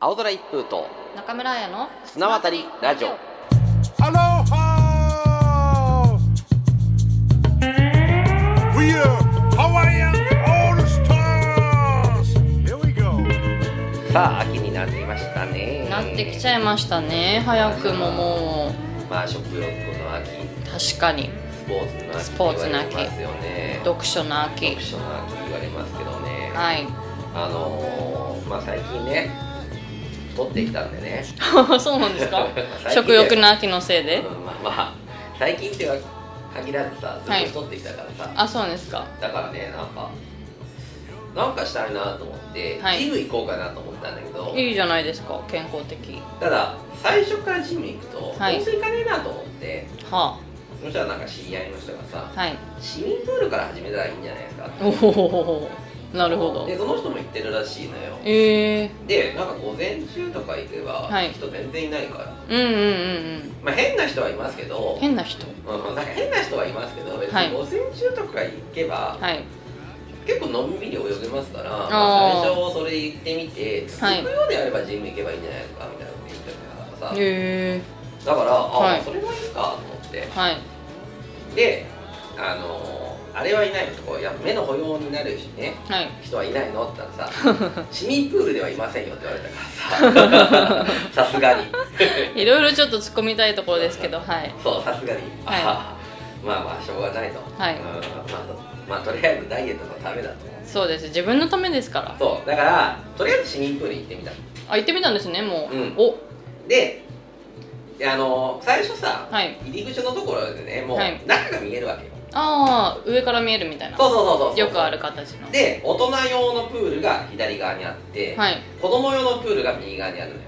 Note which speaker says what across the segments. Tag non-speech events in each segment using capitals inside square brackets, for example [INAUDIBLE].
Speaker 1: 青空一風と
Speaker 2: 中村彩の
Speaker 1: 綱渡りラジオ
Speaker 3: アロハ We are Hawaiian All Stars! Here we go!
Speaker 1: さあ秋になりましたね
Speaker 2: なってきちゃいましたね早くもも
Speaker 1: まあ食欲の秋
Speaker 2: う確かに
Speaker 1: スポーツの秋
Speaker 2: スポーツの
Speaker 1: 言
Speaker 2: 秋
Speaker 1: われますよね
Speaker 2: 読書の秋
Speaker 1: 読書の秋言われますけどね
Speaker 2: はい [LAUGHS]
Speaker 1: あのー、まあ最近ね太ってきたんでね、
Speaker 2: そうなんですか
Speaker 1: [LAUGHS] 最近ね
Speaker 2: 食欲の秋のせい
Speaker 1: う
Speaker 2: で
Speaker 1: んまあまあ最近っては限らずさずっと太ってきたからさ、
Speaker 2: あそうですか
Speaker 1: だからねなんかなんかしたいなと思って、
Speaker 2: はい
Speaker 1: ジム行こうかなと思ったんだけど
Speaker 2: いいじゃないですか健康的
Speaker 1: ただ最初からジム行くと、
Speaker 2: はい
Speaker 1: どうせ行かねえなと思って
Speaker 2: は
Speaker 1: そしたらなんか知り合いの人がさ
Speaker 2: あはい
Speaker 1: 市民プールから始めたらいいんじゃないですか
Speaker 2: おおなるほど
Speaker 1: でその人も行ってるらしいのよ
Speaker 2: ええ
Speaker 1: でなんか午前中とか行けば、
Speaker 2: はい
Speaker 1: 人全然いないから、
Speaker 2: うんうんうん
Speaker 1: まあ、変な人はいますけ
Speaker 2: うん
Speaker 1: ど
Speaker 2: 変な人
Speaker 1: うんうん、なんか変な人はいますけど別
Speaker 2: はい
Speaker 1: に午前中とか行けば、
Speaker 2: はい
Speaker 1: 結構のんびり泳げますから、ま
Speaker 2: あー
Speaker 1: あ最初それ行ってみて続
Speaker 2: はい
Speaker 1: くようであればジム行けばいいんじゃないですかみたいなこと言ってたからさ
Speaker 2: ええ
Speaker 1: だからあ、
Speaker 2: はい
Speaker 1: それもいいかと思って
Speaker 2: はい
Speaker 1: であのーあれはいないのとこいや目の保養になるしね
Speaker 2: はい
Speaker 1: 人はいないのって言ったら
Speaker 2: [LAUGHS]
Speaker 1: さ市民プールではいませんよって言われたからささす
Speaker 2: [LAUGHS]
Speaker 1: がに
Speaker 2: いろいろちょっと突っ込みたいところですけどはい
Speaker 1: そうさすがに、
Speaker 2: はい
Speaker 1: あーまあまあしょうがないと、
Speaker 2: はい
Speaker 1: うんまあ、まあとりあえずダイエットのためだと
Speaker 2: そうです自分のためですから
Speaker 1: そうだからとりあえず市民プール行ってみたの
Speaker 2: あ行ってみたんですねもう、
Speaker 1: うん
Speaker 2: お
Speaker 1: でであのー最初さ、
Speaker 2: はい
Speaker 1: 入り口のところでねもう
Speaker 2: はい
Speaker 1: 中が見えるわけよ、
Speaker 2: ああ上から見えるみたいな
Speaker 1: そうそうそうそうそう
Speaker 2: よくある形の
Speaker 1: で大人用のプールが左側にあって、
Speaker 2: はい
Speaker 1: 子供用のプールが右側にあるのよ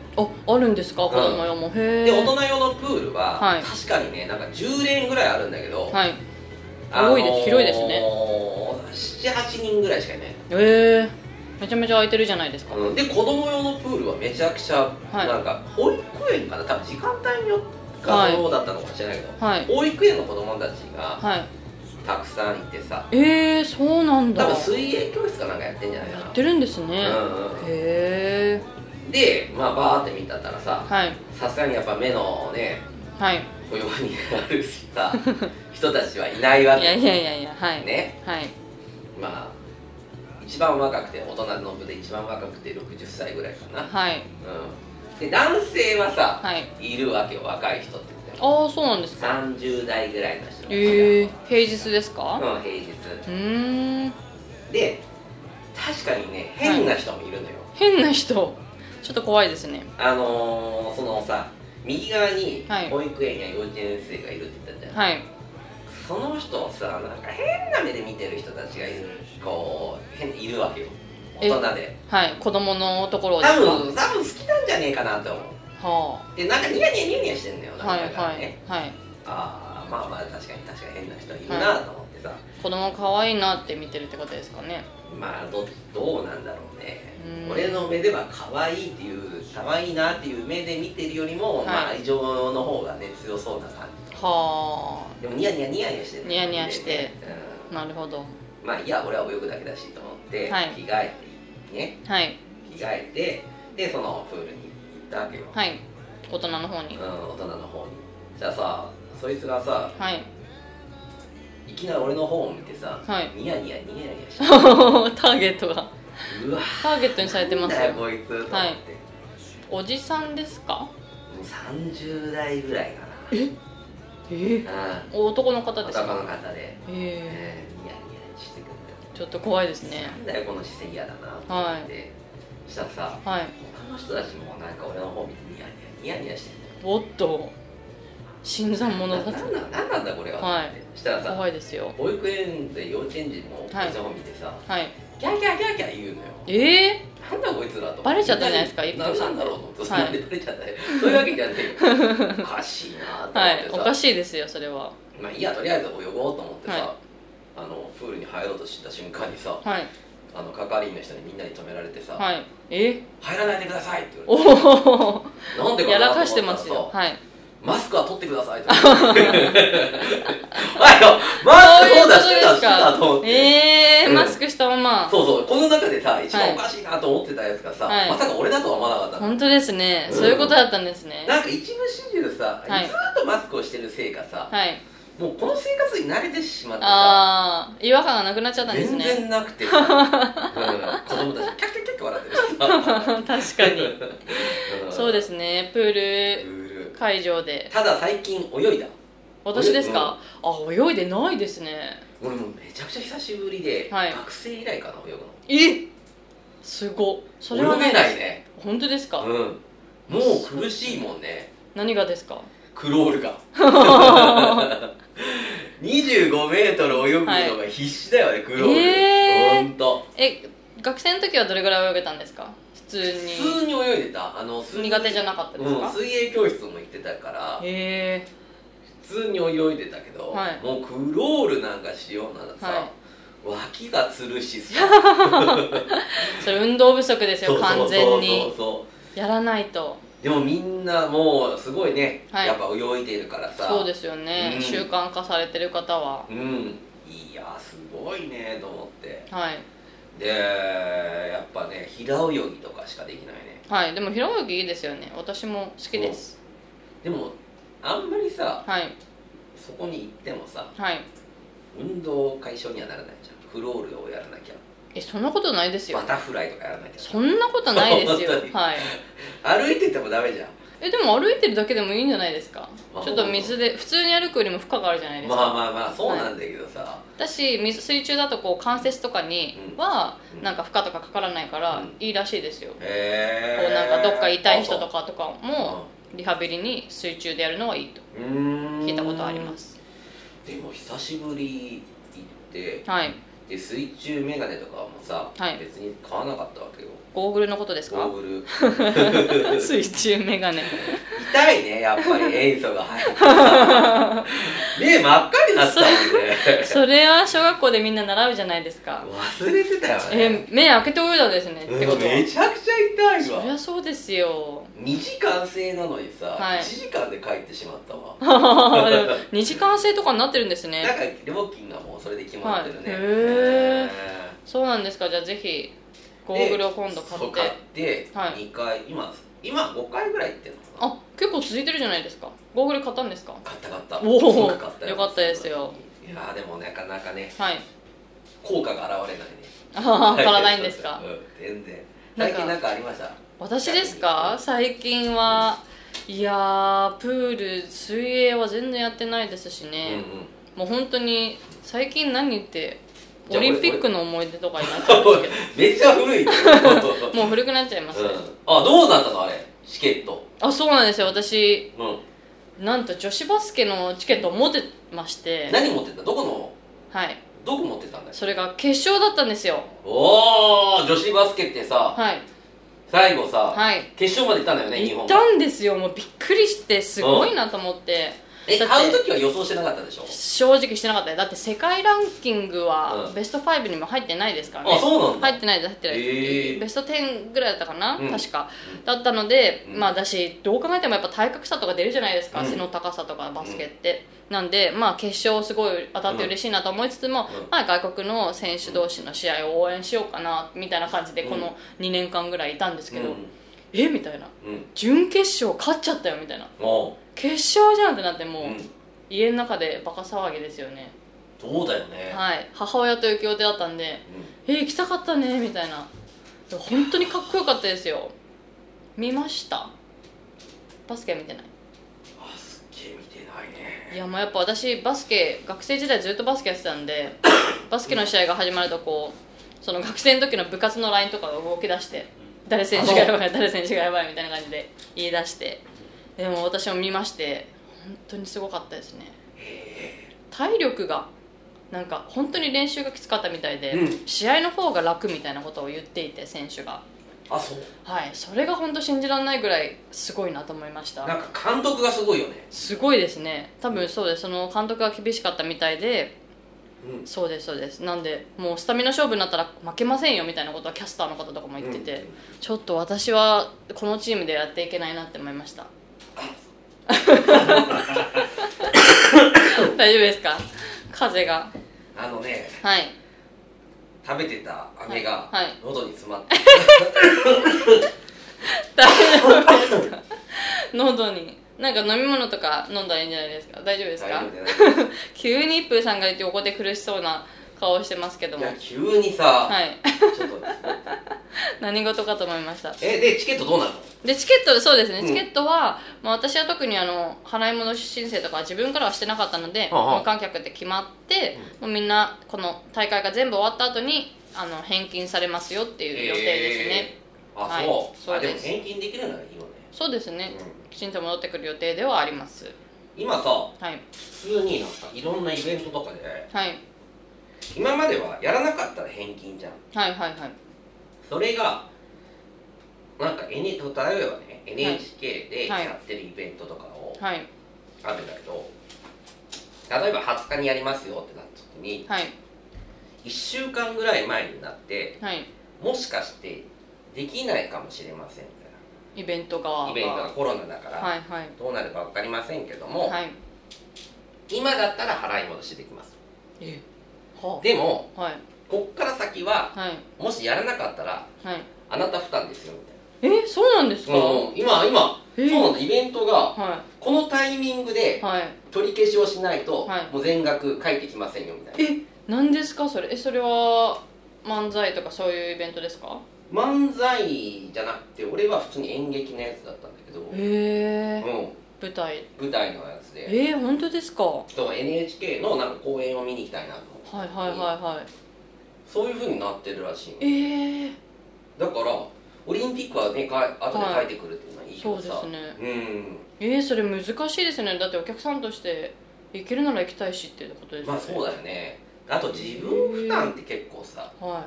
Speaker 2: ああるんですか子供用も、へえ
Speaker 1: で大人用のプールは、
Speaker 2: はい
Speaker 1: 確かにねなんか10連ぐらいあるんだけど、
Speaker 2: はいへ
Speaker 1: 多
Speaker 2: 多いです広いですね
Speaker 1: 78人ぐらいしかいない、
Speaker 2: えめちゃめちゃ空いてるじゃないですか、
Speaker 1: うんで子供用のプールはめちゃくちゃ、
Speaker 2: はい
Speaker 1: なんか保育園かな多分時間帯によっては
Speaker 2: はい
Speaker 1: そうだったのかもしれないけど、
Speaker 2: はい
Speaker 1: 保育園の子供たちが
Speaker 2: はい
Speaker 1: たくさんいてさ
Speaker 2: えー、そうなんだ
Speaker 1: 多分
Speaker 2: や
Speaker 1: 水泳教室かなんかやってんじゃないかな
Speaker 2: ってるんですね、
Speaker 1: うんうん
Speaker 2: へえ
Speaker 1: でまあバーって見たったらさ
Speaker 2: はい
Speaker 1: さすがにやっぱ目のね
Speaker 2: はい
Speaker 1: 保養に [LAUGHS] なるしさ人たちはいないわ
Speaker 2: い
Speaker 1: け
Speaker 2: やいやいやいやはい、
Speaker 1: ね
Speaker 2: はい
Speaker 1: まあ一番若くて大人の部で一番若くて60歳ぐらいかな、
Speaker 2: はい
Speaker 1: うん、で男性はさ、
Speaker 2: はい
Speaker 1: い、るわけよ若い人って言っても
Speaker 2: ああそうなんですか
Speaker 1: 30代ぐらいの人
Speaker 2: ええ平日ですか
Speaker 1: うん平日
Speaker 2: うーん
Speaker 1: で確かにね変な人もいるのよ、
Speaker 2: 変な人ちょっと怖いですね
Speaker 1: あのー、そのさ右側に
Speaker 2: はい
Speaker 1: 保育園や幼稚園生がいるって言ったじゃん、
Speaker 2: はい
Speaker 1: その人をさなんか変な目で見てる人たちがいるこう変いるわけよ大
Speaker 2: え
Speaker 1: 人で
Speaker 2: はい子供のところ
Speaker 1: 多
Speaker 2: ですか
Speaker 1: 分多分好きなんじゃねえかなと思う
Speaker 2: は
Speaker 1: でなんかニヤニヤニヤニヤしてんのよ
Speaker 2: あ
Speaker 1: なんか
Speaker 2: はい
Speaker 1: だか
Speaker 2: は
Speaker 1: ら
Speaker 2: い
Speaker 1: ね、
Speaker 2: はい
Speaker 1: ああまあまあ確かに確かに変な人いるなと思ってさ、
Speaker 2: 子供可愛いなって見てるってことですかね
Speaker 1: まあどどうなんだろうね
Speaker 2: うん
Speaker 1: 俺の目では可愛いっていう可愛いなっていう目で見てるよりも、
Speaker 2: はい
Speaker 1: まあ愛情の方がね強そうな感
Speaker 2: は
Speaker 1: じでもニヤニヤニヤニヤしてる
Speaker 2: ニヤニヤして、
Speaker 1: う
Speaker 2: あなるほど
Speaker 1: ん、まあいや俺は泳ぐだけだしと思って、
Speaker 2: はい
Speaker 1: 着替えてね
Speaker 2: はい
Speaker 1: 着替えてでそのプールに行ったわけよ、
Speaker 2: はい大人の方に
Speaker 1: うん、大人の方にじゃあさそいつがさ
Speaker 2: はい [LAUGHS]
Speaker 1: いきなり俺の方を見てさ、
Speaker 2: はい
Speaker 1: ニヤニヤニヤニヤ
Speaker 2: [LAUGHS]
Speaker 1: して
Speaker 2: ターゲットが
Speaker 1: うわ
Speaker 2: ターゲットにされてます
Speaker 1: なんだよ
Speaker 2: よ
Speaker 1: こいつと思って、
Speaker 2: はいおじさんですか
Speaker 1: もう30代ぐらいかな
Speaker 2: え
Speaker 1: うん
Speaker 2: 男の方です
Speaker 1: 男の
Speaker 2: か
Speaker 1: 方で、
Speaker 2: え
Speaker 1: えー、ニヤニヤしてくる
Speaker 2: えちょっと怖いですね
Speaker 1: なんだよこの視線嫌だなと思って、したらさ
Speaker 2: はい
Speaker 1: 他の人たちもなんか俺の方見てニヤニヤニヤニヤしてんだよ
Speaker 2: おっと新参者
Speaker 1: な
Speaker 2: だ
Speaker 1: なんなんなんなんだこれは、
Speaker 2: はい
Speaker 1: ってしたらさ
Speaker 2: 怖いですよ
Speaker 1: 保育園で幼稚園児もこいつの方見てさ、
Speaker 2: はい
Speaker 1: ギャーギャーギャーギャー言うのよ
Speaker 2: ええ
Speaker 1: なんだこいつらと思って
Speaker 2: バレちゃったんじゃないですか
Speaker 1: みんな
Speaker 2: 一
Speaker 1: に
Speaker 2: 歩さ
Speaker 1: なんんだろうと思って、
Speaker 2: はい
Speaker 1: そんなにバレちゃったねそういうわけじゃなくておかしいなと思
Speaker 2: は
Speaker 1: って
Speaker 2: い
Speaker 1: さ、
Speaker 2: おかしいですよそれは
Speaker 1: まあいいやとりあえず泳ごうと思ってさ、
Speaker 2: はい
Speaker 1: あのプールに入ろうとした瞬間にさ
Speaker 2: はい
Speaker 1: あの係員の人にみんなに止められてさ、
Speaker 2: はいえ
Speaker 1: 入らないでくださいって言わ
Speaker 2: お
Speaker 1: れ
Speaker 2: お
Speaker 1: てなんでか
Speaker 2: や
Speaker 1: な
Speaker 2: ら
Speaker 1: と思った
Speaker 2: からし
Speaker 1: さ
Speaker 2: てますよはい
Speaker 1: マスクは取ってください
Speaker 2: [LAUGHS]
Speaker 1: とかおいよマスクそうだしてたしてたと思って、
Speaker 2: ええ
Speaker 1: う
Speaker 2: ー、
Speaker 1: ん
Speaker 2: マスクしたまま。
Speaker 1: そうそうこの中でさ一
Speaker 2: は
Speaker 1: 番
Speaker 2: い
Speaker 1: おかしいなと思ってたやつがさ、
Speaker 2: はい
Speaker 1: まさか俺だとは思わなかったの
Speaker 2: 本当ですね。
Speaker 1: うん
Speaker 2: そういうことだったんですね。
Speaker 1: なんか一部始終さ、
Speaker 2: はい
Speaker 1: ずーっとマスクをしてるせいかさ、
Speaker 2: はい。
Speaker 1: もうこの生活に慣れてしまってさ
Speaker 2: ああ、違和感がなくなっちゃったんです
Speaker 1: 全
Speaker 2: ね。
Speaker 1: 然なくてさ、うん、子供たちキャッキャッキャッキャ笑ってるしさ、
Speaker 2: [LAUGHS] 確かに。
Speaker 1: ん
Speaker 2: そうですね。プール
Speaker 1: うる
Speaker 2: 会場で。
Speaker 1: ただ最近泳いだ
Speaker 2: 私ですか、あ、泳いでないですね。
Speaker 1: 俺もうめちゃくちゃ久しぶりで、
Speaker 2: はい
Speaker 1: 学生以来かな泳
Speaker 2: えすごっ。そ
Speaker 1: ぐ
Speaker 2: れは
Speaker 1: の泳げない
Speaker 2: ね。
Speaker 1: ね
Speaker 2: 本当ですか、
Speaker 1: うんもう苦しいもんね
Speaker 2: 何がですか
Speaker 1: クロール
Speaker 2: [LAUGHS]
Speaker 1: が25メートル泳ぐのが必死だよね、クロール、
Speaker 2: えー
Speaker 1: ほんと
Speaker 2: え、学生の時はどれぐらい泳げたんですか普通
Speaker 1: 普通に泳いでたあの水
Speaker 2: に。苦手じゃなかったです
Speaker 1: うん、
Speaker 2: か、
Speaker 1: 水泳教室も行ってたから
Speaker 2: へえ
Speaker 1: 普通に泳いでたけど、
Speaker 2: はい
Speaker 1: もうクロールなんかしようならさ、
Speaker 2: はい
Speaker 1: 脇がつるし
Speaker 2: [LAUGHS]
Speaker 1: さ
Speaker 2: それ運動不足です
Speaker 1: そ
Speaker 2: よ
Speaker 1: うそう
Speaker 2: 完
Speaker 1: そ
Speaker 2: 全
Speaker 1: うそ
Speaker 2: に
Speaker 1: うそ
Speaker 2: やらないと
Speaker 1: うでもみんなもうすごいね、
Speaker 2: はい
Speaker 1: やっぱ泳いでるからさ
Speaker 2: そうですよね、
Speaker 1: うん
Speaker 2: 習慣化されてる方は
Speaker 1: うんいやすごいねと思って
Speaker 2: はい
Speaker 1: でやっぱね平泳ぎとかしかできないね
Speaker 2: はいでも平泳ぎいいですよね私も好きです
Speaker 1: でもあんまりさ
Speaker 2: はい
Speaker 1: そこに行ってもさ
Speaker 2: はい
Speaker 1: 運動解消にはならないじゃんクロールをやらなきゃ
Speaker 2: えそんなことないですよ
Speaker 1: バタフライとかやらなきゃ
Speaker 2: そんなことないです
Speaker 1: [LAUGHS]
Speaker 2: よ
Speaker 1: 本当に
Speaker 2: はい
Speaker 1: 歩いててもダメじゃん
Speaker 2: えでも歩いてるだけでもいいんじゃないですか
Speaker 1: まあ
Speaker 2: ちょっと水で普通に歩くよりも負荷があるじゃないですか、
Speaker 1: まあまあまあそうなんだけどさ、
Speaker 2: だし水水中だとこう関節とかに
Speaker 1: うん
Speaker 2: は
Speaker 1: うん
Speaker 2: なんか負荷とかかからないから
Speaker 1: うん
Speaker 2: いいらしいですよ、
Speaker 1: へ
Speaker 2: こうなんかどっか痛い人と
Speaker 1: か
Speaker 2: かとかもリハビリに水中でやるのはいいと聞
Speaker 1: 聞
Speaker 2: いたことあります
Speaker 1: でも久しぶり行って
Speaker 2: はい
Speaker 1: で水中メガネとかもさ、
Speaker 2: はい
Speaker 1: 別に買わなかったわけよ
Speaker 2: ゴーグルのことです
Speaker 1: ゴー
Speaker 2: か
Speaker 1: グル
Speaker 2: [LAUGHS] 水中メガネ
Speaker 1: 痛いねやっぱ
Speaker 2: [LAUGHS]
Speaker 1: り塩素が入ってさ目真っ赤になってたもん
Speaker 2: それは小学校でみんな習うじゃないですか
Speaker 1: ね忘れてたよね
Speaker 2: え目開けて泳いだんですねっ
Speaker 1: うん
Speaker 2: てこと
Speaker 1: め
Speaker 2: は
Speaker 1: ちゃくちゃ痛い
Speaker 2: そり
Speaker 1: わ
Speaker 2: ゃそうで
Speaker 1: [LAUGHS]
Speaker 2: すよ
Speaker 1: 2時間制なのにさ、
Speaker 2: はい
Speaker 1: 1時間で帰ってしまったわ
Speaker 2: でも2時間制とかになってるんです
Speaker 1: なん
Speaker 2: ね
Speaker 1: か料金がもうそれで決まってるね、
Speaker 2: はいへー
Speaker 1: え
Speaker 2: そうなんですかじゃあぜひゴーグルを今度買って
Speaker 1: 買って
Speaker 2: はい
Speaker 1: 2回、今今5回ぐらい行ってるのかな
Speaker 2: あ結構続いてるじゃないですかゴーグル買ったんですか
Speaker 1: 買った買った
Speaker 2: おー
Speaker 1: すごく買った
Speaker 2: よかったですよ
Speaker 1: いやーでもなかなかね
Speaker 2: はい
Speaker 1: 効果が現れないね
Speaker 2: ああ [LAUGHS] 足らないんですか
Speaker 1: うん全然
Speaker 2: なん
Speaker 1: 最
Speaker 2: か
Speaker 1: 近なんかありました
Speaker 2: 私ですか最近はいやープール水泳は全然やってないです
Speaker 1: う
Speaker 2: し
Speaker 1: んうん
Speaker 2: ね、もう本当に最近何言って
Speaker 1: じゃ
Speaker 2: オ
Speaker 1: あ
Speaker 2: リンピックの思い出とかになっちゃうんです
Speaker 1: [LAUGHS] めっちゃ古
Speaker 2: [LAUGHS]
Speaker 1: いね [LAUGHS]
Speaker 2: けどもう古くなっちゃいます、
Speaker 1: うんあどうだったのあれチケット
Speaker 2: あそうなんですよ私
Speaker 1: うん
Speaker 2: なんと女子バスケのチケットを持ってまして
Speaker 1: 何持ってったどこの
Speaker 2: はい
Speaker 1: どこ持ってったんだよ
Speaker 2: それが決勝だったんですよ
Speaker 1: おお女子バスケってさ
Speaker 2: はい
Speaker 1: 最後さ、
Speaker 2: はい
Speaker 1: 決勝まで行ったんだよね日
Speaker 2: 行
Speaker 1: 本
Speaker 2: っ
Speaker 1: が
Speaker 2: たんですよもうびっくりしてすごいなと思って、
Speaker 1: え
Speaker 2: だって
Speaker 1: 買う時は予想してなかったでしょ
Speaker 2: 正直してなかったねだって世界ランキングは
Speaker 1: うん
Speaker 2: ベスト5にも入ってないですからね、
Speaker 1: あそうなんだ
Speaker 2: 入ってないです入ってないです、
Speaker 1: へえ
Speaker 2: ベスト10ぐらいだったかな、
Speaker 1: うん
Speaker 2: 確かだったので、
Speaker 1: うん
Speaker 2: まあだしどう考えてもやっぱ体格差とか出るじゃないですか、
Speaker 1: うん
Speaker 2: 背の高さとかバスケって、なんでまあ決勝すごい当たって嬉しいなと思いつつも、
Speaker 1: うん
Speaker 2: まあ外国の選手同士の試合を応援しようかなみたいな感じでこの2年間ぐらいいたんですけど、えみたいな
Speaker 1: うん、うん、
Speaker 2: 準決勝勝っちゃったよみたいな
Speaker 1: も
Speaker 2: 決勝じゃんってなっても
Speaker 1: う、
Speaker 2: う、
Speaker 1: うん、
Speaker 2: 家の中でバカ騒ぎですよね
Speaker 1: そうだよね、
Speaker 2: はい、母親と行く予定だったんで
Speaker 1: う
Speaker 2: 「えー、行きたかったね」みたいなでも本当にかっこよかったですよ見ましたバスケ見てない
Speaker 1: ん、バスケ見てないね
Speaker 2: いやもうやっぱ私バスケ学生時代ずっとバスケやってたん
Speaker 1: [LAUGHS]
Speaker 2: でバスケの試合が始まるとこうその学生の時の部活の LINE とかが動き出して誰選手がやばい誰選手がやばいみたいな感じで言い出してでも私も見まして本当にすごかったですね体力がなんか本当に練習がきつかったみたいで、
Speaker 1: うん
Speaker 2: 試合の方が楽みたいなことを言っていて選手が
Speaker 1: あそう
Speaker 2: はいそれが本当信じられないぐらいすごいなと思いまし
Speaker 1: な
Speaker 2: た
Speaker 1: んか監督がすごいよね
Speaker 2: すごいですね多分そうですその監督が厳しかったみたいで
Speaker 1: うん
Speaker 2: そうですそうですなんでもうスタミナ勝負になったら負けませんよみたいなことはキャスターの方とかも言ってて、
Speaker 1: うん [LAUGHS]
Speaker 2: ちょっと私はこのチームでやっていけないなって思いました大丈夫ですか風が
Speaker 1: あのね [LAUGHS]
Speaker 2: はい
Speaker 1: 食べてた飴が
Speaker 2: はいはい
Speaker 1: 喉に詰まって、
Speaker 2: 大丈夫ですか喉になんか飲み物とか飲んだらいいんじゃないですか大丈夫ですか
Speaker 1: 大丈夫じゃないですか
Speaker 2: 急に一風さんがいて横で苦しそうな顔してますけど
Speaker 1: い
Speaker 2: も
Speaker 1: や急にさ、
Speaker 2: はい
Speaker 1: ちょっと
Speaker 2: 何事かと思いました
Speaker 1: えでチケットどうなの
Speaker 2: でチケットそうですね、
Speaker 1: うん
Speaker 2: チケットは、まあ、私は特にあの払い戻し申請とかは自分からはしてなかったので、
Speaker 1: はあはあ
Speaker 2: 無観客って決まって、もうみんなこの大会が全部終わった後にあの返金されますよっていう予定ですね、
Speaker 1: えーあ、
Speaker 2: はい
Speaker 1: そう
Speaker 2: そう
Speaker 1: あで
Speaker 2: で
Speaker 1: も
Speaker 2: す
Speaker 1: 返金できるならいいよね
Speaker 2: そうですね、
Speaker 1: う
Speaker 2: きちんと戻ってくる予定ではあります
Speaker 1: 今さ
Speaker 2: はい
Speaker 1: 普通になんかいろんなイベントとかで
Speaker 2: はい
Speaker 1: 今まではやらなかったら返金じゃん
Speaker 2: はいはいはい
Speaker 1: それがなんか N 例えばね NHK で
Speaker 2: はい
Speaker 1: やってるイベントとかを
Speaker 2: はい
Speaker 1: あるんだけど例えば20日にやりますよってなった時に
Speaker 2: はい
Speaker 1: 1週間ぐらい前になって
Speaker 2: はい
Speaker 1: もしかしてできないかもしれませんみ
Speaker 2: イベント
Speaker 1: たい
Speaker 2: 側
Speaker 1: な
Speaker 2: が
Speaker 1: イベントがコロナだから、
Speaker 2: はいはい
Speaker 1: どうなるか分かりませんけども、
Speaker 2: はい
Speaker 1: 今だったら払い戻しできます
Speaker 2: えは
Speaker 1: でも
Speaker 2: あはい
Speaker 1: こっから先は
Speaker 2: はい
Speaker 1: もしやらなかったら
Speaker 2: はい
Speaker 1: あなた負担ですよみたいな
Speaker 2: えそうなんですか、
Speaker 1: うんうん今今
Speaker 2: えー
Speaker 1: そうなんだイベントが
Speaker 2: は
Speaker 1: このタイミングで
Speaker 2: いはい
Speaker 1: 取り消しをしないと、
Speaker 2: はい
Speaker 1: もう全額返ってきませんよみたいな
Speaker 2: え何ですかそれえそれは漫才とかそういうイベントですか
Speaker 1: 漫才じゃなくて俺は普通に演劇のやつだったんだけど、
Speaker 2: へえ
Speaker 1: う
Speaker 2: 舞台
Speaker 1: ん、舞台のやつで
Speaker 2: えー、本当ですかは
Speaker 1: そう NHK のなんか公演を見に行きたいなと思って
Speaker 2: いはいは
Speaker 1: そういうふうになってるらしいの
Speaker 2: いはいええ
Speaker 1: だからオリンピックはねか後で返ってくるっていうのはいいけどさ、
Speaker 2: そうです
Speaker 1: うん
Speaker 2: えー、それ難しいですねだってお客さんとして行けるなら行きたいしっていうことですよね
Speaker 1: まあそうだよねあと自分負担って結構さ
Speaker 2: は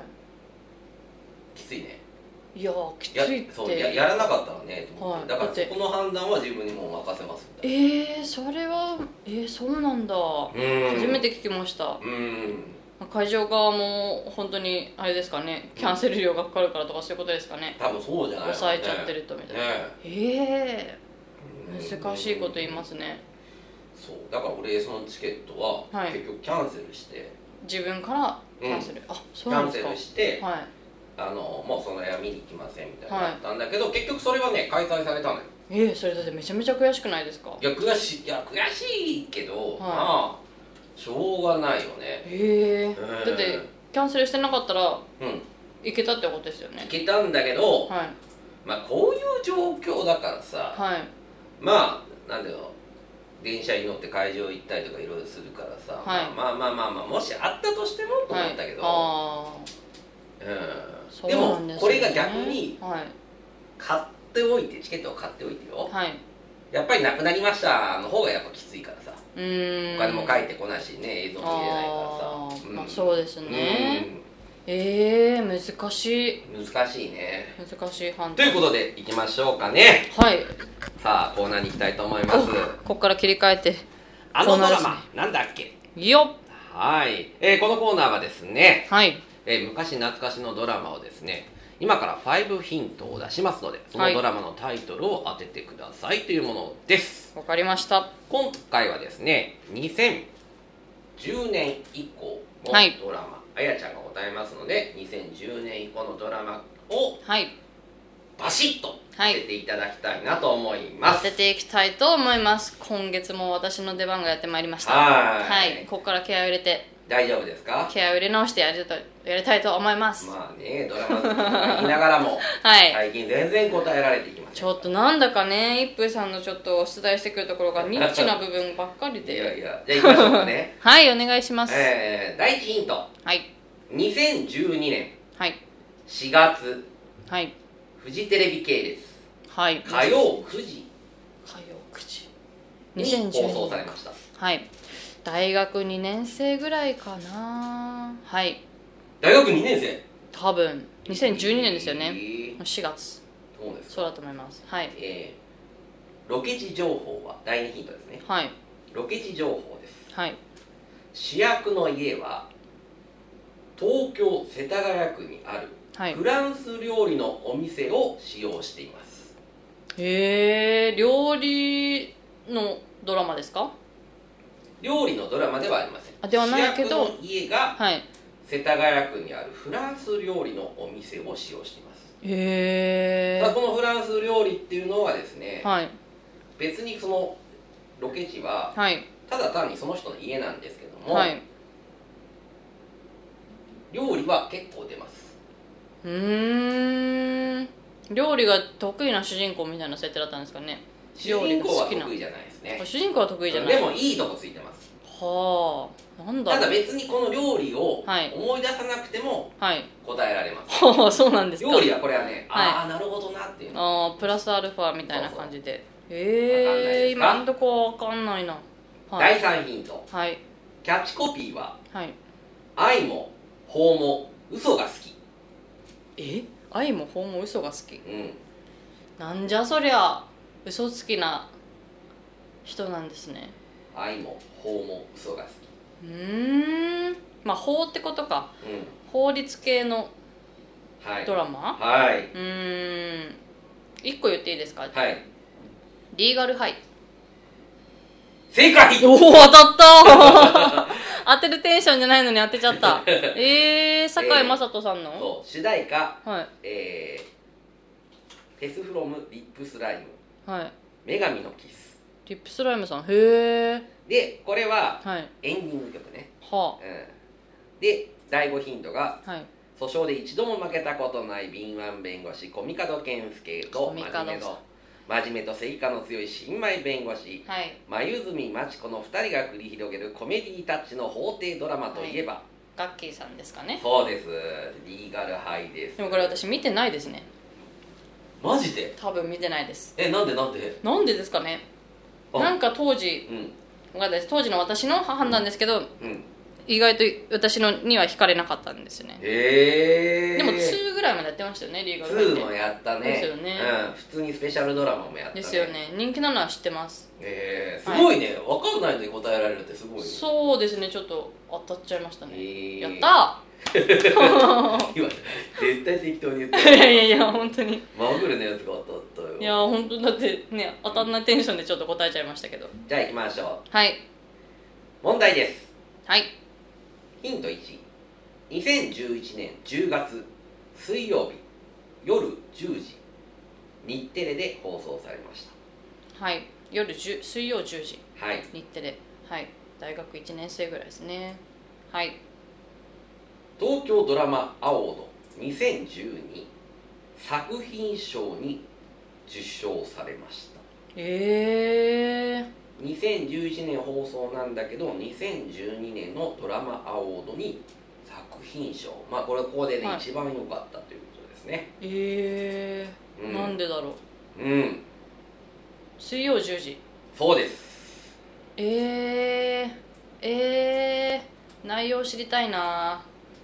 Speaker 1: きついね
Speaker 2: いいやーきつ
Speaker 1: や
Speaker 2: いって
Speaker 1: そうややらなかったらねと思って、だ
Speaker 2: はい
Speaker 1: か
Speaker 2: だ
Speaker 1: ら
Speaker 2: って
Speaker 1: そこの判断は自分にもう任せますみたい
Speaker 2: えー、それはえー、そうなんだ、
Speaker 1: な
Speaker 2: 初め
Speaker 1: て
Speaker 2: て聞きました
Speaker 1: うん
Speaker 2: 会場側も本当にあれですかねキャンセル料がかかるからとかそういうことですかね
Speaker 1: 多分そうじゃない
Speaker 2: 抑えちゃってるとみたい
Speaker 1: ね
Speaker 2: な、
Speaker 1: ね
Speaker 2: え
Speaker 1: う
Speaker 2: え
Speaker 1: ん
Speaker 2: 難しいこと言いますね
Speaker 1: そうだから俺そのチケットは
Speaker 2: はい
Speaker 1: 結局キャンセルして、
Speaker 2: 自分からキャンセル、あ
Speaker 1: キ
Speaker 2: そうな
Speaker 1: ャ
Speaker 2: ん
Speaker 1: ン
Speaker 2: で
Speaker 1: セ
Speaker 2: すか
Speaker 1: ルして、
Speaker 2: はい
Speaker 1: あのもうその部屋見に行きませんみたいなのだったんだけど、結局それはね開催されたのよ
Speaker 2: ええそれだってめちゃめちゃ悔しくないですか
Speaker 1: いや悔しいいや悔しいけど、
Speaker 2: い
Speaker 1: まあしょうがないよね
Speaker 2: ええ
Speaker 1: うん
Speaker 2: だってキャンセルしてなかったら
Speaker 1: うん
Speaker 2: いけたってことですよ
Speaker 1: 行
Speaker 2: ね
Speaker 1: けたんだけど、
Speaker 2: はい
Speaker 1: まあこういう状況だからさ、
Speaker 2: はい
Speaker 1: まあなんだよ電車に乗って会場行ったりとかいろいろするからさ、
Speaker 2: はい
Speaker 1: まあまあまあまあもしあったとしてもと思
Speaker 2: は
Speaker 1: っ
Speaker 2: い
Speaker 1: たけど、
Speaker 2: ああ
Speaker 1: うん
Speaker 2: そ
Speaker 1: で
Speaker 2: うなんですね
Speaker 1: もこれが逆に
Speaker 2: はい
Speaker 1: 買っておいてチケットを買っておいてよ
Speaker 2: はい
Speaker 1: やっぱりなくなりましたの方がやっぱきついからさ
Speaker 2: うーん
Speaker 1: お金も返ってこないしね映像も見れないから
Speaker 2: あ
Speaker 1: さ
Speaker 2: ー、まあ、そうです
Speaker 1: う
Speaker 2: ね、ええ難しい
Speaker 1: うん難しいね
Speaker 2: 難しい判
Speaker 1: という
Speaker 2: 断
Speaker 1: ことで行きましょうかね
Speaker 2: はい
Speaker 1: さあコーナーに行きたいと思います
Speaker 2: ここから切り替えて
Speaker 1: あのド
Speaker 2: コーナーで
Speaker 1: ラ
Speaker 2: すね
Speaker 1: マなんだっけ
Speaker 2: よっ
Speaker 1: はい、えーこのコーナーはですね
Speaker 2: はい
Speaker 1: えー昔懐かしのドラマをですね今から5ヒントを出しますのでそのドラマのタイトルを当ててくださいというものです、
Speaker 2: わかりました
Speaker 1: 今回はですね2010年以降の
Speaker 2: はい
Speaker 1: ドラマ、あやちゃんが答えますので2010年以降のドラマを
Speaker 2: はい
Speaker 1: バシッと当
Speaker 2: はい
Speaker 1: てていただきたいなと思いま
Speaker 2: 当
Speaker 1: す
Speaker 2: てていきたいと思います今月も私の出番がやってまいりました
Speaker 1: はーい
Speaker 2: はいここから気合を入れて
Speaker 1: 大丈夫ですか
Speaker 2: 気合を入れ直してやりたいやりたいと思います、
Speaker 1: まあねドラマ好きとか言いながらも
Speaker 2: [LAUGHS] はい、
Speaker 1: 最近全然答えられていきません
Speaker 2: ちょっとなんだかね一風さんのちょっと出題してくるところがニッチな部分ばっかり
Speaker 1: いや
Speaker 2: で
Speaker 1: いやじゃあいきましょうかね
Speaker 2: はいお願いします、
Speaker 1: えー、第1ヒント
Speaker 2: はい
Speaker 1: 2012年
Speaker 2: はい
Speaker 1: 4月
Speaker 2: はい
Speaker 1: フジテレビ系列
Speaker 2: はい
Speaker 1: 火曜9時
Speaker 2: 火曜9時
Speaker 1: に
Speaker 2: 2012
Speaker 1: 放送されました
Speaker 2: はい大学2年生ぐらいかなはい
Speaker 1: 大学2年生
Speaker 2: 多分2012年ですよね
Speaker 1: えー
Speaker 2: 4月
Speaker 1: そうです
Speaker 2: そうだと思いますはい
Speaker 1: えー、ロケ地情報は第2ヒントですね
Speaker 2: はい
Speaker 1: ロケ地情報です
Speaker 2: はい
Speaker 1: 主役の家は東京世田谷区にある
Speaker 2: はい
Speaker 1: フランス料理のお店を使用しています
Speaker 2: へえ料理のドラマですか
Speaker 1: 料理のドラマではありません
Speaker 2: あではないけど
Speaker 1: 主役の家が
Speaker 2: はい
Speaker 1: 世田谷区にあるフランス料理のお店を使用しています
Speaker 2: へ
Speaker 1: ただこのフランス料理っていうのはですね、
Speaker 2: はい
Speaker 1: 別にそのロケ地は
Speaker 2: はい
Speaker 1: ただ単にその人の家なんですけども、
Speaker 2: はい
Speaker 1: 料理は結構出ます
Speaker 2: うーん料理が得意な主人公みたいな設定だったんですかね
Speaker 1: 主
Speaker 2: 料
Speaker 1: 人
Speaker 2: 理が
Speaker 1: 公は
Speaker 2: 好きな
Speaker 1: 得意じゃないですね
Speaker 2: 主人公は得意じゃない
Speaker 1: でもいいとこついてます
Speaker 2: はあなんだ
Speaker 1: ただ
Speaker 2: ろう
Speaker 1: 別にこの料理を
Speaker 2: はい
Speaker 1: 思い出さなくても
Speaker 2: はい
Speaker 1: 答えられます、
Speaker 2: はあそうなんですか
Speaker 1: 料理はこれはね、
Speaker 2: はい
Speaker 1: ああなるほどなっていうの
Speaker 2: ああプラスアルファみたいな感じで
Speaker 1: わかんない
Speaker 2: ええ
Speaker 1: で
Speaker 2: ー、
Speaker 1: すか
Speaker 2: 今んとこわかんないなはい
Speaker 1: 第3ヒント
Speaker 2: はい
Speaker 1: キャッチコピーは
Speaker 2: はい
Speaker 1: 愛も法も嘘が好き
Speaker 2: え愛も法も嘘が好き
Speaker 1: うん
Speaker 2: なんじゃそりゃ嘘つきな人なんですね
Speaker 1: 愛も法も嘘が好き
Speaker 2: うーんまあ法ってことか
Speaker 1: うん
Speaker 2: 法律系の
Speaker 1: はい
Speaker 2: ドラマ
Speaker 1: はいう
Speaker 2: ーん1個言っていいですか、
Speaker 1: はい
Speaker 2: リーガルハイ
Speaker 1: 正解
Speaker 2: おお当たった [LAUGHS] 当てるテンションじゃないのに当てちゃったえー、堺雅人さんの、
Speaker 1: そう主題歌
Speaker 2: はい
Speaker 1: えー、テスフロムリップスライム
Speaker 2: はい
Speaker 1: 女神のキス
Speaker 2: リップスライムさんへえ
Speaker 1: でこれは
Speaker 2: はい
Speaker 1: エンディング曲ね、
Speaker 2: は
Speaker 1: うん、で第5ヒントが
Speaker 2: あはい
Speaker 1: 訴訟で一度も負けたことない敏腕弁護士小見門健介と
Speaker 2: 小見門
Speaker 1: 真面目と真面目と正義感の強い新米弁護士
Speaker 2: はい
Speaker 1: 眉住真知子の2人が繰り広げるコメディタッチの法廷ドラマといえば、
Speaker 2: ガッキーさんですかね
Speaker 1: そうですリーガルハイです
Speaker 2: でもこれ私見てないですね
Speaker 1: マジで
Speaker 2: 多分見てないです
Speaker 1: えなんでなんで
Speaker 2: なんでですかね
Speaker 1: あ
Speaker 2: なんか当時
Speaker 1: うん
Speaker 2: わかんないです当時の私の判断ですけど
Speaker 1: うん
Speaker 2: 意外と私のには惹かれなかったんですよね
Speaker 1: へえ
Speaker 2: でも2ぐらいまでやってましたよねリーガルハイっ
Speaker 1: 2も
Speaker 2: て
Speaker 1: やったね
Speaker 2: ですよね
Speaker 1: うん、普通にスペシャルドラマもやったね
Speaker 2: ですよね人気なのは知ってます
Speaker 1: えー、すごいね、わ分かんないのに答えられるってすごいね
Speaker 2: そうですねちょっと当たっちゃいました
Speaker 1: え
Speaker 2: ね、
Speaker 1: ー
Speaker 2: やった [LAUGHS]
Speaker 1: 今 [LAUGHS] 絶対適当に言っ
Speaker 2: ーい
Speaker 1: て
Speaker 2: やいやいや本当に
Speaker 1: 真ぐれのやつが当たったよ
Speaker 2: いや本当だってね当たんないテンションでちょっと答えちゃいましたけど
Speaker 1: じゃあ行きましょ
Speaker 2: はいう
Speaker 1: 問題です
Speaker 2: はい
Speaker 1: ヒント12011年10月水曜日夜10時日テレで放送されまし
Speaker 2: はい夜10水曜10時
Speaker 1: たはい
Speaker 2: 日テレはい大学1年生ぐらいですねはい
Speaker 1: 東京ドラマ「青の2012作品賞に受賞されました
Speaker 2: ええ
Speaker 1: 2011年放送なんだけど2012年のドラマ「青のに作品賞まあこれここでね、
Speaker 2: はい
Speaker 1: 一番良かったということですね
Speaker 2: ええ
Speaker 1: うん
Speaker 2: なんでだろう
Speaker 1: うん
Speaker 2: 水曜10時
Speaker 1: そうです
Speaker 2: えー、えー、内容知りたいな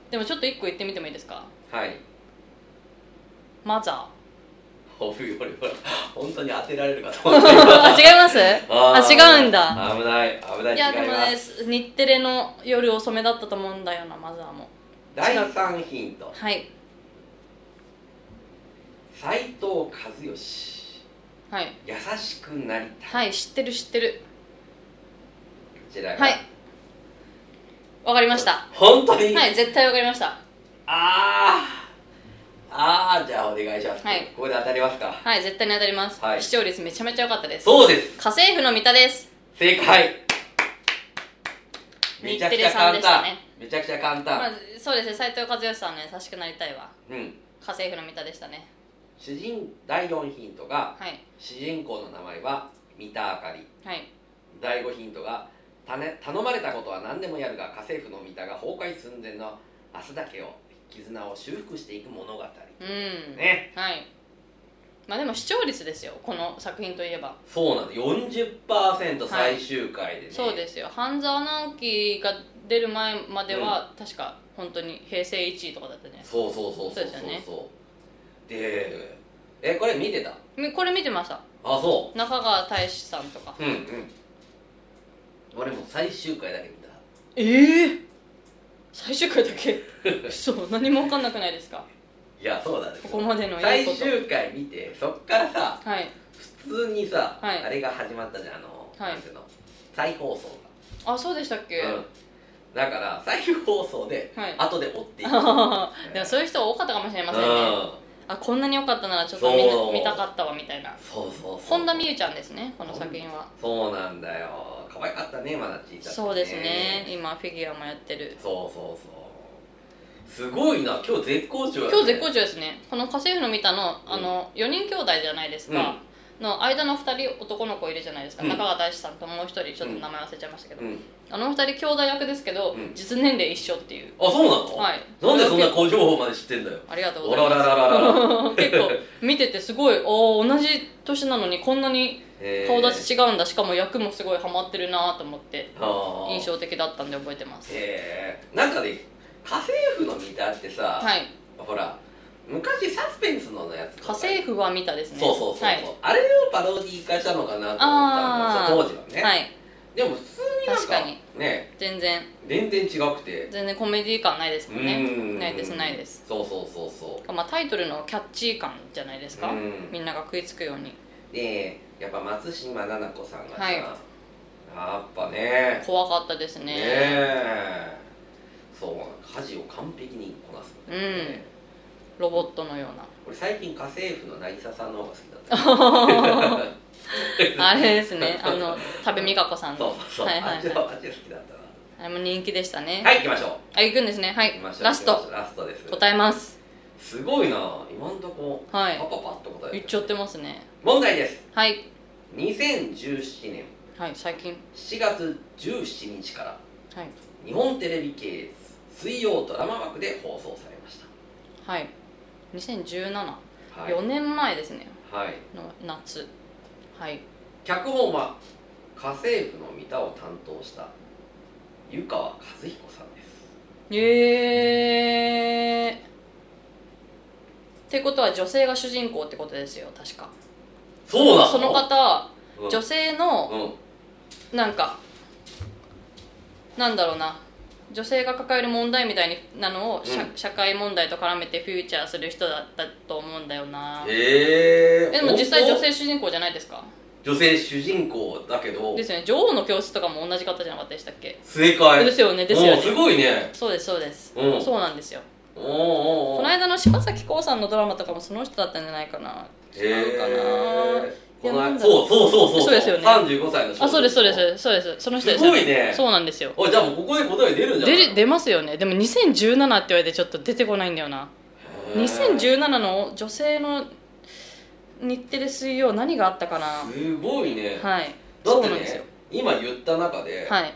Speaker 2: でもちょっと1個言ってみてもいいですか
Speaker 1: はい
Speaker 2: マザ
Speaker 1: おいおいおい本当に当てられるかと思っ
Speaker 2: ー [LAUGHS]
Speaker 1: た
Speaker 2: あ違います
Speaker 1: [LAUGHS]
Speaker 2: あ
Speaker 1: ー
Speaker 2: 違うんだ
Speaker 1: 危ない危ない
Speaker 2: いやで
Speaker 1: 違い
Speaker 2: も
Speaker 1: ます
Speaker 2: ねす日テレの夜遅めだったと思うんだよなマザーも
Speaker 1: 第3ヒント
Speaker 2: はい
Speaker 1: 斎藤和義
Speaker 2: はい
Speaker 1: 優しくなりたい
Speaker 2: はい知ってる知ってる
Speaker 1: こちらが
Speaker 2: はいわかりました
Speaker 1: 本当に、
Speaker 2: はい絶対わかりました
Speaker 1: ああああじゃあお願いします、
Speaker 2: はい
Speaker 1: ここで当たりますか
Speaker 2: はい絶対に当たります、
Speaker 1: はい
Speaker 2: 視聴率めちゃめちゃ良かったです
Speaker 1: そうです
Speaker 2: 家政婦の三田です
Speaker 1: 正解め
Speaker 2: 日
Speaker 1: ちゃく
Speaker 2: テ
Speaker 1: ち
Speaker 2: レ
Speaker 1: ゃ
Speaker 2: さん
Speaker 1: 簡
Speaker 2: でした
Speaker 1: 単、
Speaker 2: ね
Speaker 1: めちゃくちゃ簡単、
Speaker 2: まあ、そうですね斎藤和義さんの優しくなりたいわ
Speaker 1: うん
Speaker 2: 家政婦の三田でしたね
Speaker 1: 主人第4ヒントが
Speaker 2: はい
Speaker 1: 主人公の名前は三田あかり
Speaker 2: はい
Speaker 1: 第5ヒントがた、ね、頼まれたことは何でもやるが家政婦の三田が崩壊寸前の明日だけを絆を修復していく物語
Speaker 2: うん
Speaker 1: ね
Speaker 2: はいまあでも視聴率ですよこの作品といえば、
Speaker 1: そうなんです40%最終回でね、
Speaker 2: そうですよ半沢直樹が出る前までは、確か本当に平成1位とかだったね
Speaker 1: そうそうそうそうそう
Speaker 2: そうですよね
Speaker 1: そうでえこれ見てた
Speaker 2: みこれ見てました
Speaker 1: あそ
Speaker 2: 中川大志さんとか
Speaker 1: ううんうん俺も最終回だけ見た
Speaker 2: ええ最終回だけ
Speaker 1: [LAUGHS]
Speaker 2: 嘘何も分かんなくないですか
Speaker 1: いやそうだね
Speaker 2: ここまでのい
Speaker 1: 最
Speaker 2: いこと
Speaker 1: 終回見てそっからさ
Speaker 2: はい
Speaker 1: 普通にさ、
Speaker 2: はい
Speaker 1: あれが始まったじゃんあの
Speaker 2: はい
Speaker 1: なんていうの再放送
Speaker 2: あそうでしたっけ、
Speaker 1: が、うん、だから再放送で
Speaker 2: はい
Speaker 1: 後で追って
Speaker 2: [LAUGHS]
Speaker 1: いく、
Speaker 2: [LAUGHS] でもそういう人多かったかもしれませんね、
Speaker 1: うん
Speaker 2: あこんなに良かったならちょっと見
Speaker 1: そう
Speaker 2: な見たかったわみたいな
Speaker 1: そうそうそう
Speaker 2: 本田望結ちゃんですねこの作品は
Speaker 1: そうなんだよ可愛かったねまだちいちゃん
Speaker 2: そうですね今フィギュアもやってる
Speaker 1: そうそうそうすごいな今日絶好調やね
Speaker 2: 今日絶好調ですねこの「家政婦の見たの」あの4人兄弟じゃないですか、の間の2人男の子いるじゃないですか、
Speaker 1: うん
Speaker 2: 中川大志さんともう1人ちょっと名前忘れちゃいましたけど、
Speaker 1: うん
Speaker 2: あの2人兄弟役ですけど、
Speaker 1: うん
Speaker 2: 実年齢一緒っていう
Speaker 1: あそうなの、
Speaker 2: はい
Speaker 1: なんでそんな好情報まで知ってんだよ
Speaker 2: ありがとうご
Speaker 1: お
Speaker 2: ざ
Speaker 1: ら
Speaker 2: います
Speaker 1: ららららら
Speaker 2: 結構見ててすごいおー同じ年なのにこんなに顔立ち違うんだしかも役もすごいハマってるなと思って
Speaker 1: あー
Speaker 2: 印象的だったんで覚えてます
Speaker 1: へえなんかね家政婦の見たってさ、
Speaker 2: はい
Speaker 1: ほら昔サスペンスのやつ
Speaker 2: 「
Speaker 1: と
Speaker 2: 家
Speaker 1: か
Speaker 2: 政婦は見た」ですね
Speaker 1: そうそうそうそう、
Speaker 2: はい
Speaker 1: あれをパロディ化したのかなと思ったんですよ当時はね、
Speaker 2: はい
Speaker 1: でも普通になんか
Speaker 2: 確かに
Speaker 1: ね
Speaker 2: 全然
Speaker 1: 全然違くて
Speaker 2: 全然コメディ感ないですもんね
Speaker 1: うん
Speaker 2: ないですないです
Speaker 1: そうそうそうそ
Speaker 2: まあタイトルのキャッチー感じゃないですか
Speaker 1: うん
Speaker 2: みんなが食いつくように
Speaker 1: うでやっぱ松島菜々子さんがさ、
Speaker 2: はい
Speaker 1: やっぱね
Speaker 2: 怖かったです
Speaker 1: ね
Speaker 2: ね
Speaker 1: えそう家事を完璧にこなすみたいなね
Speaker 2: ロボットのよ
Speaker 1: [LAUGHS]
Speaker 2: うな
Speaker 1: 俺最近家政婦の渚さんの方が
Speaker 2: [LAUGHS]
Speaker 1: 好きだった
Speaker 2: あれですねあの多部未華子さん
Speaker 1: そう
Speaker 2: の
Speaker 1: そうそう、
Speaker 2: はいはい
Speaker 1: あっち
Speaker 2: はい
Speaker 1: のあっちが好きだったな
Speaker 2: あれも人気でしたね
Speaker 1: はい行きましょう
Speaker 2: あ行くんですねはい
Speaker 1: 行きましょう
Speaker 2: ラス
Speaker 1: 行きましょ
Speaker 2: ト
Speaker 1: うラストです
Speaker 2: 答えます
Speaker 1: すごいな今んとこ
Speaker 2: はい
Speaker 1: パパパッと答え
Speaker 2: 言ってちゃってますね
Speaker 1: 問題です
Speaker 2: はい
Speaker 1: 2017年
Speaker 2: はい最近
Speaker 1: 7月17日から
Speaker 2: はい
Speaker 1: 日本テレビ系列水曜ドラマ枠で放送されまし
Speaker 2: はい2017、
Speaker 1: たはい、
Speaker 2: 4年前ですね
Speaker 1: はい、
Speaker 2: の夏はい
Speaker 1: 脚本は家政婦の三田を担当した湯川和彦さんです
Speaker 2: えーってことは女性が主人公ってことですよ確か
Speaker 1: そうなの
Speaker 2: その
Speaker 1: う
Speaker 2: 方
Speaker 1: ん
Speaker 2: 女性の
Speaker 1: うん
Speaker 2: なんかなんだろうな女性が抱える問題みたいなのを、社
Speaker 1: うん
Speaker 2: 社会問題と絡めてフューチャーする人だったと思うんだよな
Speaker 1: えー、
Speaker 2: えでも実際女
Speaker 1: 本
Speaker 2: 性主人公じゃないですか
Speaker 1: 当女性主人公だけど
Speaker 2: ですよね女王の教室とかも同じ方じゃなかったでしたっけ
Speaker 1: 正解
Speaker 2: ですよねですよ
Speaker 1: おーす
Speaker 2: ね
Speaker 1: ごいね
Speaker 2: そうですそうです
Speaker 1: うん
Speaker 2: そうなんですよ
Speaker 1: おーおーおー
Speaker 2: この間の柴咲コウさんのドラマとかもその人だったんじゃないかな違うかな
Speaker 1: へーこの
Speaker 2: いやなん
Speaker 1: 間
Speaker 2: だろ
Speaker 1: そうそうそうそう
Speaker 2: そうですよね
Speaker 1: 35歳の少女
Speaker 2: あそうですそうですそうですその人です
Speaker 1: すごいね
Speaker 2: そうなんですよ
Speaker 1: おいじゃあもうここで答え出るんじゃない
Speaker 2: 出る出ますよねでも2017って言われてちょっと出てこないんだよな
Speaker 1: へー
Speaker 2: 2017の女性の日テレ水曜何があったかな
Speaker 1: すごいね、
Speaker 2: はい
Speaker 1: だっ
Speaker 2: そう
Speaker 1: て
Speaker 2: なんです
Speaker 1: ね
Speaker 2: よ
Speaker 1: 今言った中で、
Speaker 2: はい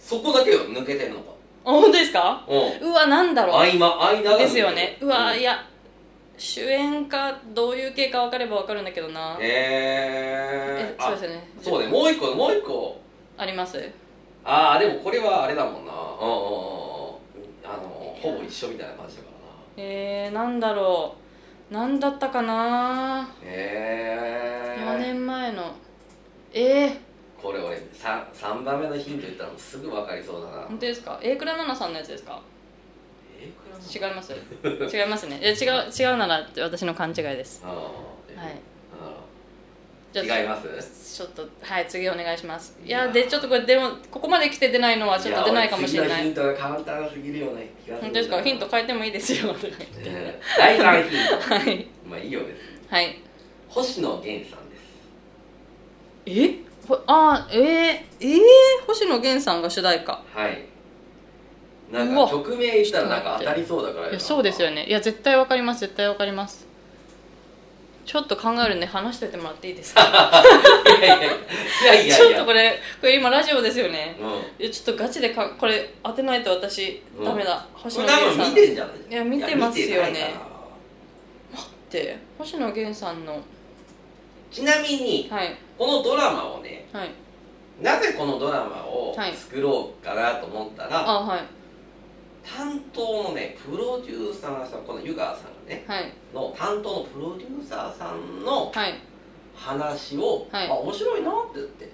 Speaker 1: そこだけよ抜けてるのか
Speaker 2: あ本当ですか
Speaker 1: うん
Speaker 2: うわなんだ
Speaker 1: 合
Speaker 2: ろ
Speaker 1: 間合間が抜け
Speaker 2: う
Speaker 1: てる
Speaker 2: ですよねうわ
Speaker 1: ん
Speaker 2: いや主演かどういう系か分かれば分かるんだけどな
Speaker 1: へ
Speaker 2: え
Speaker 1: ー
Speaker 2: そ
Speaker 1: あ
Speaker 2: うですよね
Speaker 1: そうねもう一個もう一個
Speaker 2: あります
Speaker 1: ああでもこれはあれだもんなうんうんうんうんあのほぼ一緒みたいな感じだからな
Speaker 2: えー、なんだろう何だったかな
Speaker 1: へ
Speaker 2: 4
Speaker 1: え
Speaker 2: 年前のえー、
Speaker 1: これ俺 3, 三番目のヒント言ったらもうすぐ分かりそうだな
Speaker 2: 本当ですか A 倉奈々さんのやつですか
Speaker 1: えーこれはもう
Speaker 2: 違います
Speaker 1: [LAUGHS]
Speaker 2: 違いますねいや違う違うなら私の勘違いです
Speaker 1: うん
Speaker 2: は
Speaker 1: う
Speaker 2: い
Speaker 1: ん
Speaker 2: じゃあ
Speaker 1: 違います
Speaker 2: ちょっとはい次お願いしますいや
Speaker 1: いや
Speaker 2: でちょっとこれでもここまで来て出ないのはちょっと出ないかもしれ
Speaker 1: や
Speaker 2: な
Speaker 1: 俺
Speaker 2: い
Speaker 1: 次のヒントが簡単すぎるよね気がする
Speaker 2: 本
Speaker 1: んだ
Speaker 2: 当で
Speaker 1: よ
Speaker 2: すかヒント変えてもいいですよ
Speaker 1: えー第3ヒン
Speaker 2: はい
Speaker 1: トまあいいよ別に
Speaker 2: はい
Speaker 1: 星野源さんです
Speaker 2: えほあーえー、えー、星野源さんが主題歌
Speaker 1: はいなん
Speaker 2: うわ
Speaker 1: か曲名言ったらなんか当たりそうだから
Speaker 2: いやそうですよ
Speaker 1: ね
Speaker 2: ねいや絶対わかります絶対わかりますちょっと考えるんで話しててもらっていいですか
Speaker 1: いやいやいやいや
Speaker 2: ちょっとこれこれ今ラジオですよね
Speaker 1: うん
Speaker 2: いやちょっとガチでかこれ当てないと私、
Speaker 1: うん
Speaker 2: ダメだ星
Speaker 1: こ
Speaker 2: 野
Speaker 1: れ多
Speaker 2: 源
Speaker 1: 分見
Speaker 2: さんの
Speaker 1: てんじゃない
Speaker 2: いや見てますよ
Speaker 1: い
Speaker 2: ね
Speaker 1: や見てないかな
Speaker 2: って星野源さんの
Speaker 1: ちなみに
Speaker 2: はい
Speaker 1: このドラマをね
Speaker 2: はい
Speaker 1: なぜこのドラマを
Speaker 2: はい
Speaker 1: 作ろうかなと思ったら、
Speaker 2: あはい
Speaker 1: 担当のねプロデューサーさんこの湯川さんがね
Speaker 2: はい
Speaker 1: の担当のプロデューサーさんの
Speaker 2: はい
Speaker 1: 話を、
Speaker 2: はい
Speaker 1: あ面白いなって言って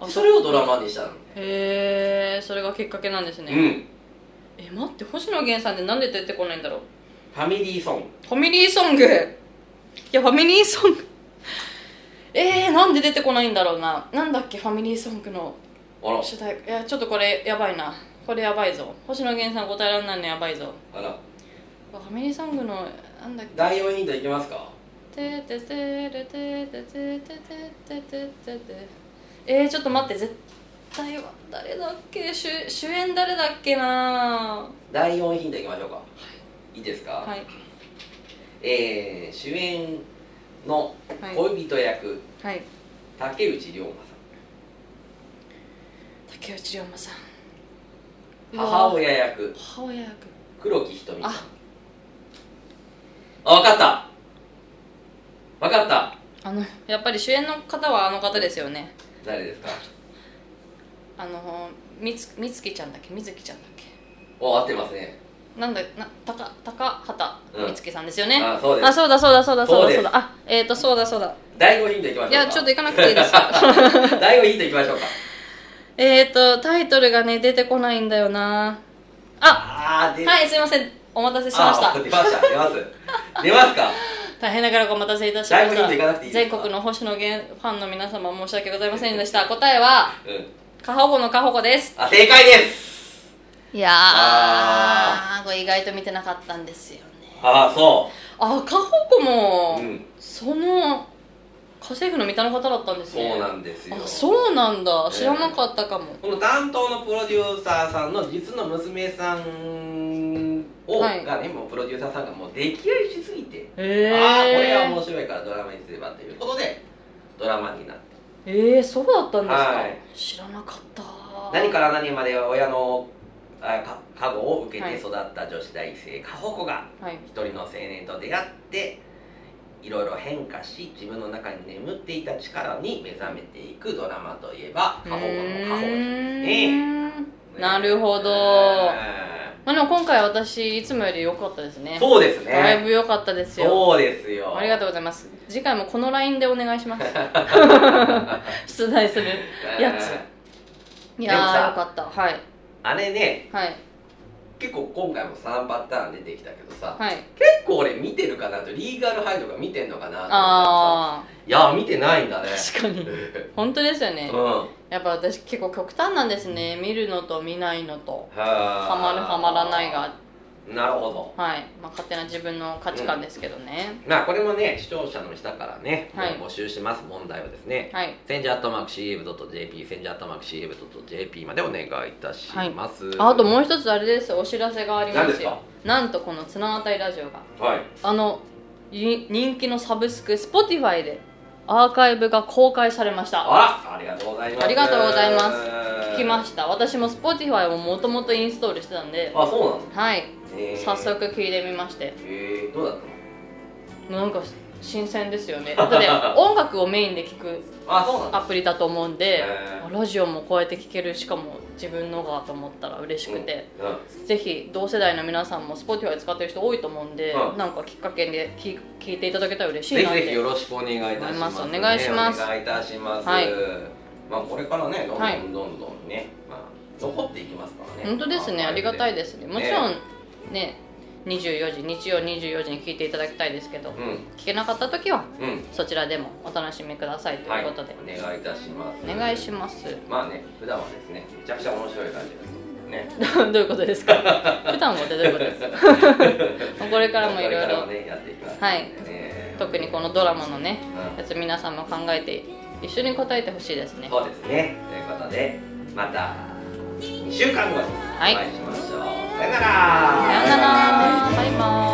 Speaker 2: あ
Speaker 1: それをドラマにしたのね
Speaker 2: へえそれがきっかけなんですね、
Speaker 1: うん
Speaker 2: え待って星野源さんってなんで出てこないんだろう
Speaker 1: ファミリーソング
Speaker 2: ファミリーソングいやファミリーソングえー、なんで出てこないんだろうななんだっけファミリーソングの
Speaker 1: あら
Speaker 2: 主題歌いやちょっとこれやばいなこれやばいぞ星野源さん答えられないのやばいぞ
Speaker 1: あら
Speaker 2: ファミリーソングのなんだっけ
Speaker 1: 第4ヒントいきますか
Speaker 2: てててれてててててててててえー、ちょっと待って絶対は誰だっけ主主演誰だっけな
Speaker 1: 第4ヒントいきましょうか、い、いですか、
Speaker 2: はい
Speaker 1: えー、主演の
Speaker 2: はい
Speaker 1: 恋人役、
Speaker 2: はい
Speaker 1: 竹内涼真
Speaker 2: 竹内涼真さん
Speaker 1: さん母親役
Speaker 2: 母親役
Speaker 1: 黒木瞳さん
Speaker 2: あ
Speaker 1: あ分かった分かった
Speaker 2: あのやっぱり主演の方はあの方ですよね
Speaker 1: 誰ですか
Speaker 2: あのみつみつきちゃんだっけみずきちゃんだっけ
Speaker 1: お合ってますね
Speaker 2: なんだなたか高
Speaker 1: う
Speaker 2: 畑
Speaker 1: ん
Speaker 2: みつきさんですよね、
Speaker 1: あそうです
Speaker 2: あそうだそうだそうだそう
Speaker 1: そう
Speaker 2: だ
Speaker 1: です
Speaker 2: そうだあえっ、ー、とそうだそうだ
Speaker 1: 第5ヒントいきましょう
Speaker 2: い
Speaker 1: い
Speaker 2: やちょっと行かなくていいです
Speaker 1: [LAUGHS] 第5ヒントいきましょうか
Speaker 2: えっとタイトルがね出てこないんだよなあ
Speaker 1: あー出
Speaker 2: はいすいませんお待たせしまし
Speaker 1: あ
Speaker 2: た
Speaker 1: 出ました出ます出ますか
Speaker 2: 大変ながらお待たせいたしま
Speaker 1: ライブ
Speaker 2: し
Speaker 1: ヒント行かな
Speaker 2: た
Speaker 1: くていいです
Speaker 2: 全
Speaker 1: か
Speaker 2: 国の星野源ファンの皆様申し訳ございませんでした答えは
Speaker 1: うん
Speaker 2: 過保護の過保護です
Speaker 1: あ正解です
Speaker 2: いやー
Speaker 1: あ
Speaker 2: これ意外と見てなかったんですよね
Speaker 1: ああそ
Speaker 2: あカホコも、
Speaker 1: ううん
Speaker 2: その家政婦の三田の方だったんですね
Speaker 1: そうなんですよ
Speaker 2: あそうなんだ
Speaker 1: ね
Speaker 2: 知らなかったかも、
Speaker 1: この担当のプロデューサーさんの実の娘さんを、
Speaker 2: はい
Speaker 1: がねもうプロデューサーさんがもう溺愛しすぎて、
Speaker 2: え
Speaker 1: ああこれは面
Speaker 2: ー、
Speaker 1: 白いからドラマにすればということでドラマになって
Speaker 2: えー、そうだったんですか、
Speaker 1: はい
Speaker 2: 知らなかった
Speaker 1: 何から何まで親のあか加護を受け
Speaker 2: はい
Speaker 1: て育った女子大生カホコが
Speaker 2: はい
Speaker 1: 一人の青年と出会っていろいろ変化し自分の中に眠っていた力に目覚めていくドラマといえばカホコのカホコですね
Speaker 2: うーんなるほど、
Speaker 1: う
Speaker 2: まあ、でも今回私いつもより良かったですね
Speaker 1: んそうですね
Speaker 2: だいぶ良かったですよ
Speaker 1: そうですよ
Speaker 2: ありがとうございます次回もこの LINE でお願
Speaker 1: [LAUGHS]
Speaker 2: いします [LAUGHS] 出題する
Speaker 1: うん
Speaker 2: やついや
Speaker 1: でもさ
Speaker 2: ーよかったはい
Speaker 1: あれね
Speaker 2: はい
Speaker 1: 結構今回も3パターン出てきたけどさ、
Speaker 2: はい
Speaker 1: 結構俺見てるかなとリーガルハイとか見てんのかなと思ったらさ
Speaker 2: あ
Speaker 1: いや見てないん
Speaker 2: [LAUGHS]
Speaker 1: だね
Speaker 2: ー確かに本当ですよね
Speaker 1: うんは
Speaker 2: やっぱ私結構極端なんですね見るのと見ないのと
Speaker 1: あ
Speaker 2: ハマるハマらないが
Speaker 1: なるほど
Speaker 2: はい、まあ、勝手な自分の価値観ですけどね、
Speaker 1: まあこれもね視聴者の下からね、
Speaker 2: はい
Speaker 1: 募集します問題をですね
Speaker 2: はい
Speaker 1: センジャートマーク CM.jp センジャートマーク CM.jp までお願いいたします、
Speaker 2: ああともう一つあれですお知らせがありま
Speaker 1: 何ですす
Speaker 2: よ
Speaker 1: か
Speaker 2: なんとこの「綱渡りラジオが」
Speaker 1: はい
Speaker 2: あのい人気のサブスク Spotify でアーカイブが公開されました
Speaker 1: あらありがとうございます
Speaker 2: ありがとうございます聞きま
Speaker 1: た
Speaker 2: した私も Spotify をもともとインストールしてたんで
Speaker 1: あそうなの
Speaker 2: はい
Speaker 1: えー
Speaker 2: 早速聞いてみまして
Speaker 1: えー、どうだったの
Speaker 2: なんか新鮮ですよねだって音楽をメインで聞く
Speaker 1: あそうなんだ
Speaker 2: アプリだと思うんで
Speaker 1: へー
Speaker 2: ラジオもこうやって聞けるしかも自分のがと思ったら嬉しくて、
Speaker 1: うんうん
Speaker 2: ぜひ同世代の皆さんも Spotify 使ってる人多いと思うんで、
Speaker 1: うん
Speaker 2: なんかきっかけで聞聞いていただけたら嬉しい
Speaker 1: ぜ
Speaker 2: なっ
Speaker 1: ひ
Speaker 2: て
Speaker 1: ぜひよろしくお願いいたします、
Speaker 2: お願いします
Speaker 1: お願いいたします。
Speaker 2: はい
Speaker 1: まあこれからね、どんど
Speaker 2: はい
Speaker 1: んどんどんね、まあ残っていきますからね。
Speaker 2: 本当ですね
Speaker 1: ま。
Speaker 2: ありがたいですすねもちろんね24時日曜24時に聞いていただきたいですけど、
Speaker 1: う
Speaker 2: 聞けなかった時は
Speaker 1: ん、うん、
Speaker 2: そちらでもお楽しみくださいと
Speaker 1: はいい、
Speaker 2: うことで、
Speaker 1: お願いいたします。
Speaker 2: お願いし
Speaker 1: ま
Speaker 2: ます
Speaker 1: す。まあね、普段はですね、めちゃくちゃ面白い感じです。ね。
Speaker 2: [LAUGHS] どういうこ
Speaker 1: [LAUGHS]
Speaker 2: とですか普段はってどういうことですかこれからもいろい
Speaker 1: これから
Speaker 2: ろ
Speaker 1: もね、やっていきます、ね。
Speaker 2: 特にこのドラマのね
Speaker 1: うん
Speaker 2: やつ皆さんも考えて一緒に答えてほしいですね
Speaker 1: そうですね。ということで、また2週間後にお
Speaker 2: い
Speaker 1: 会いしましょう。さよなら。
Speaker 2: さようならバイバーイ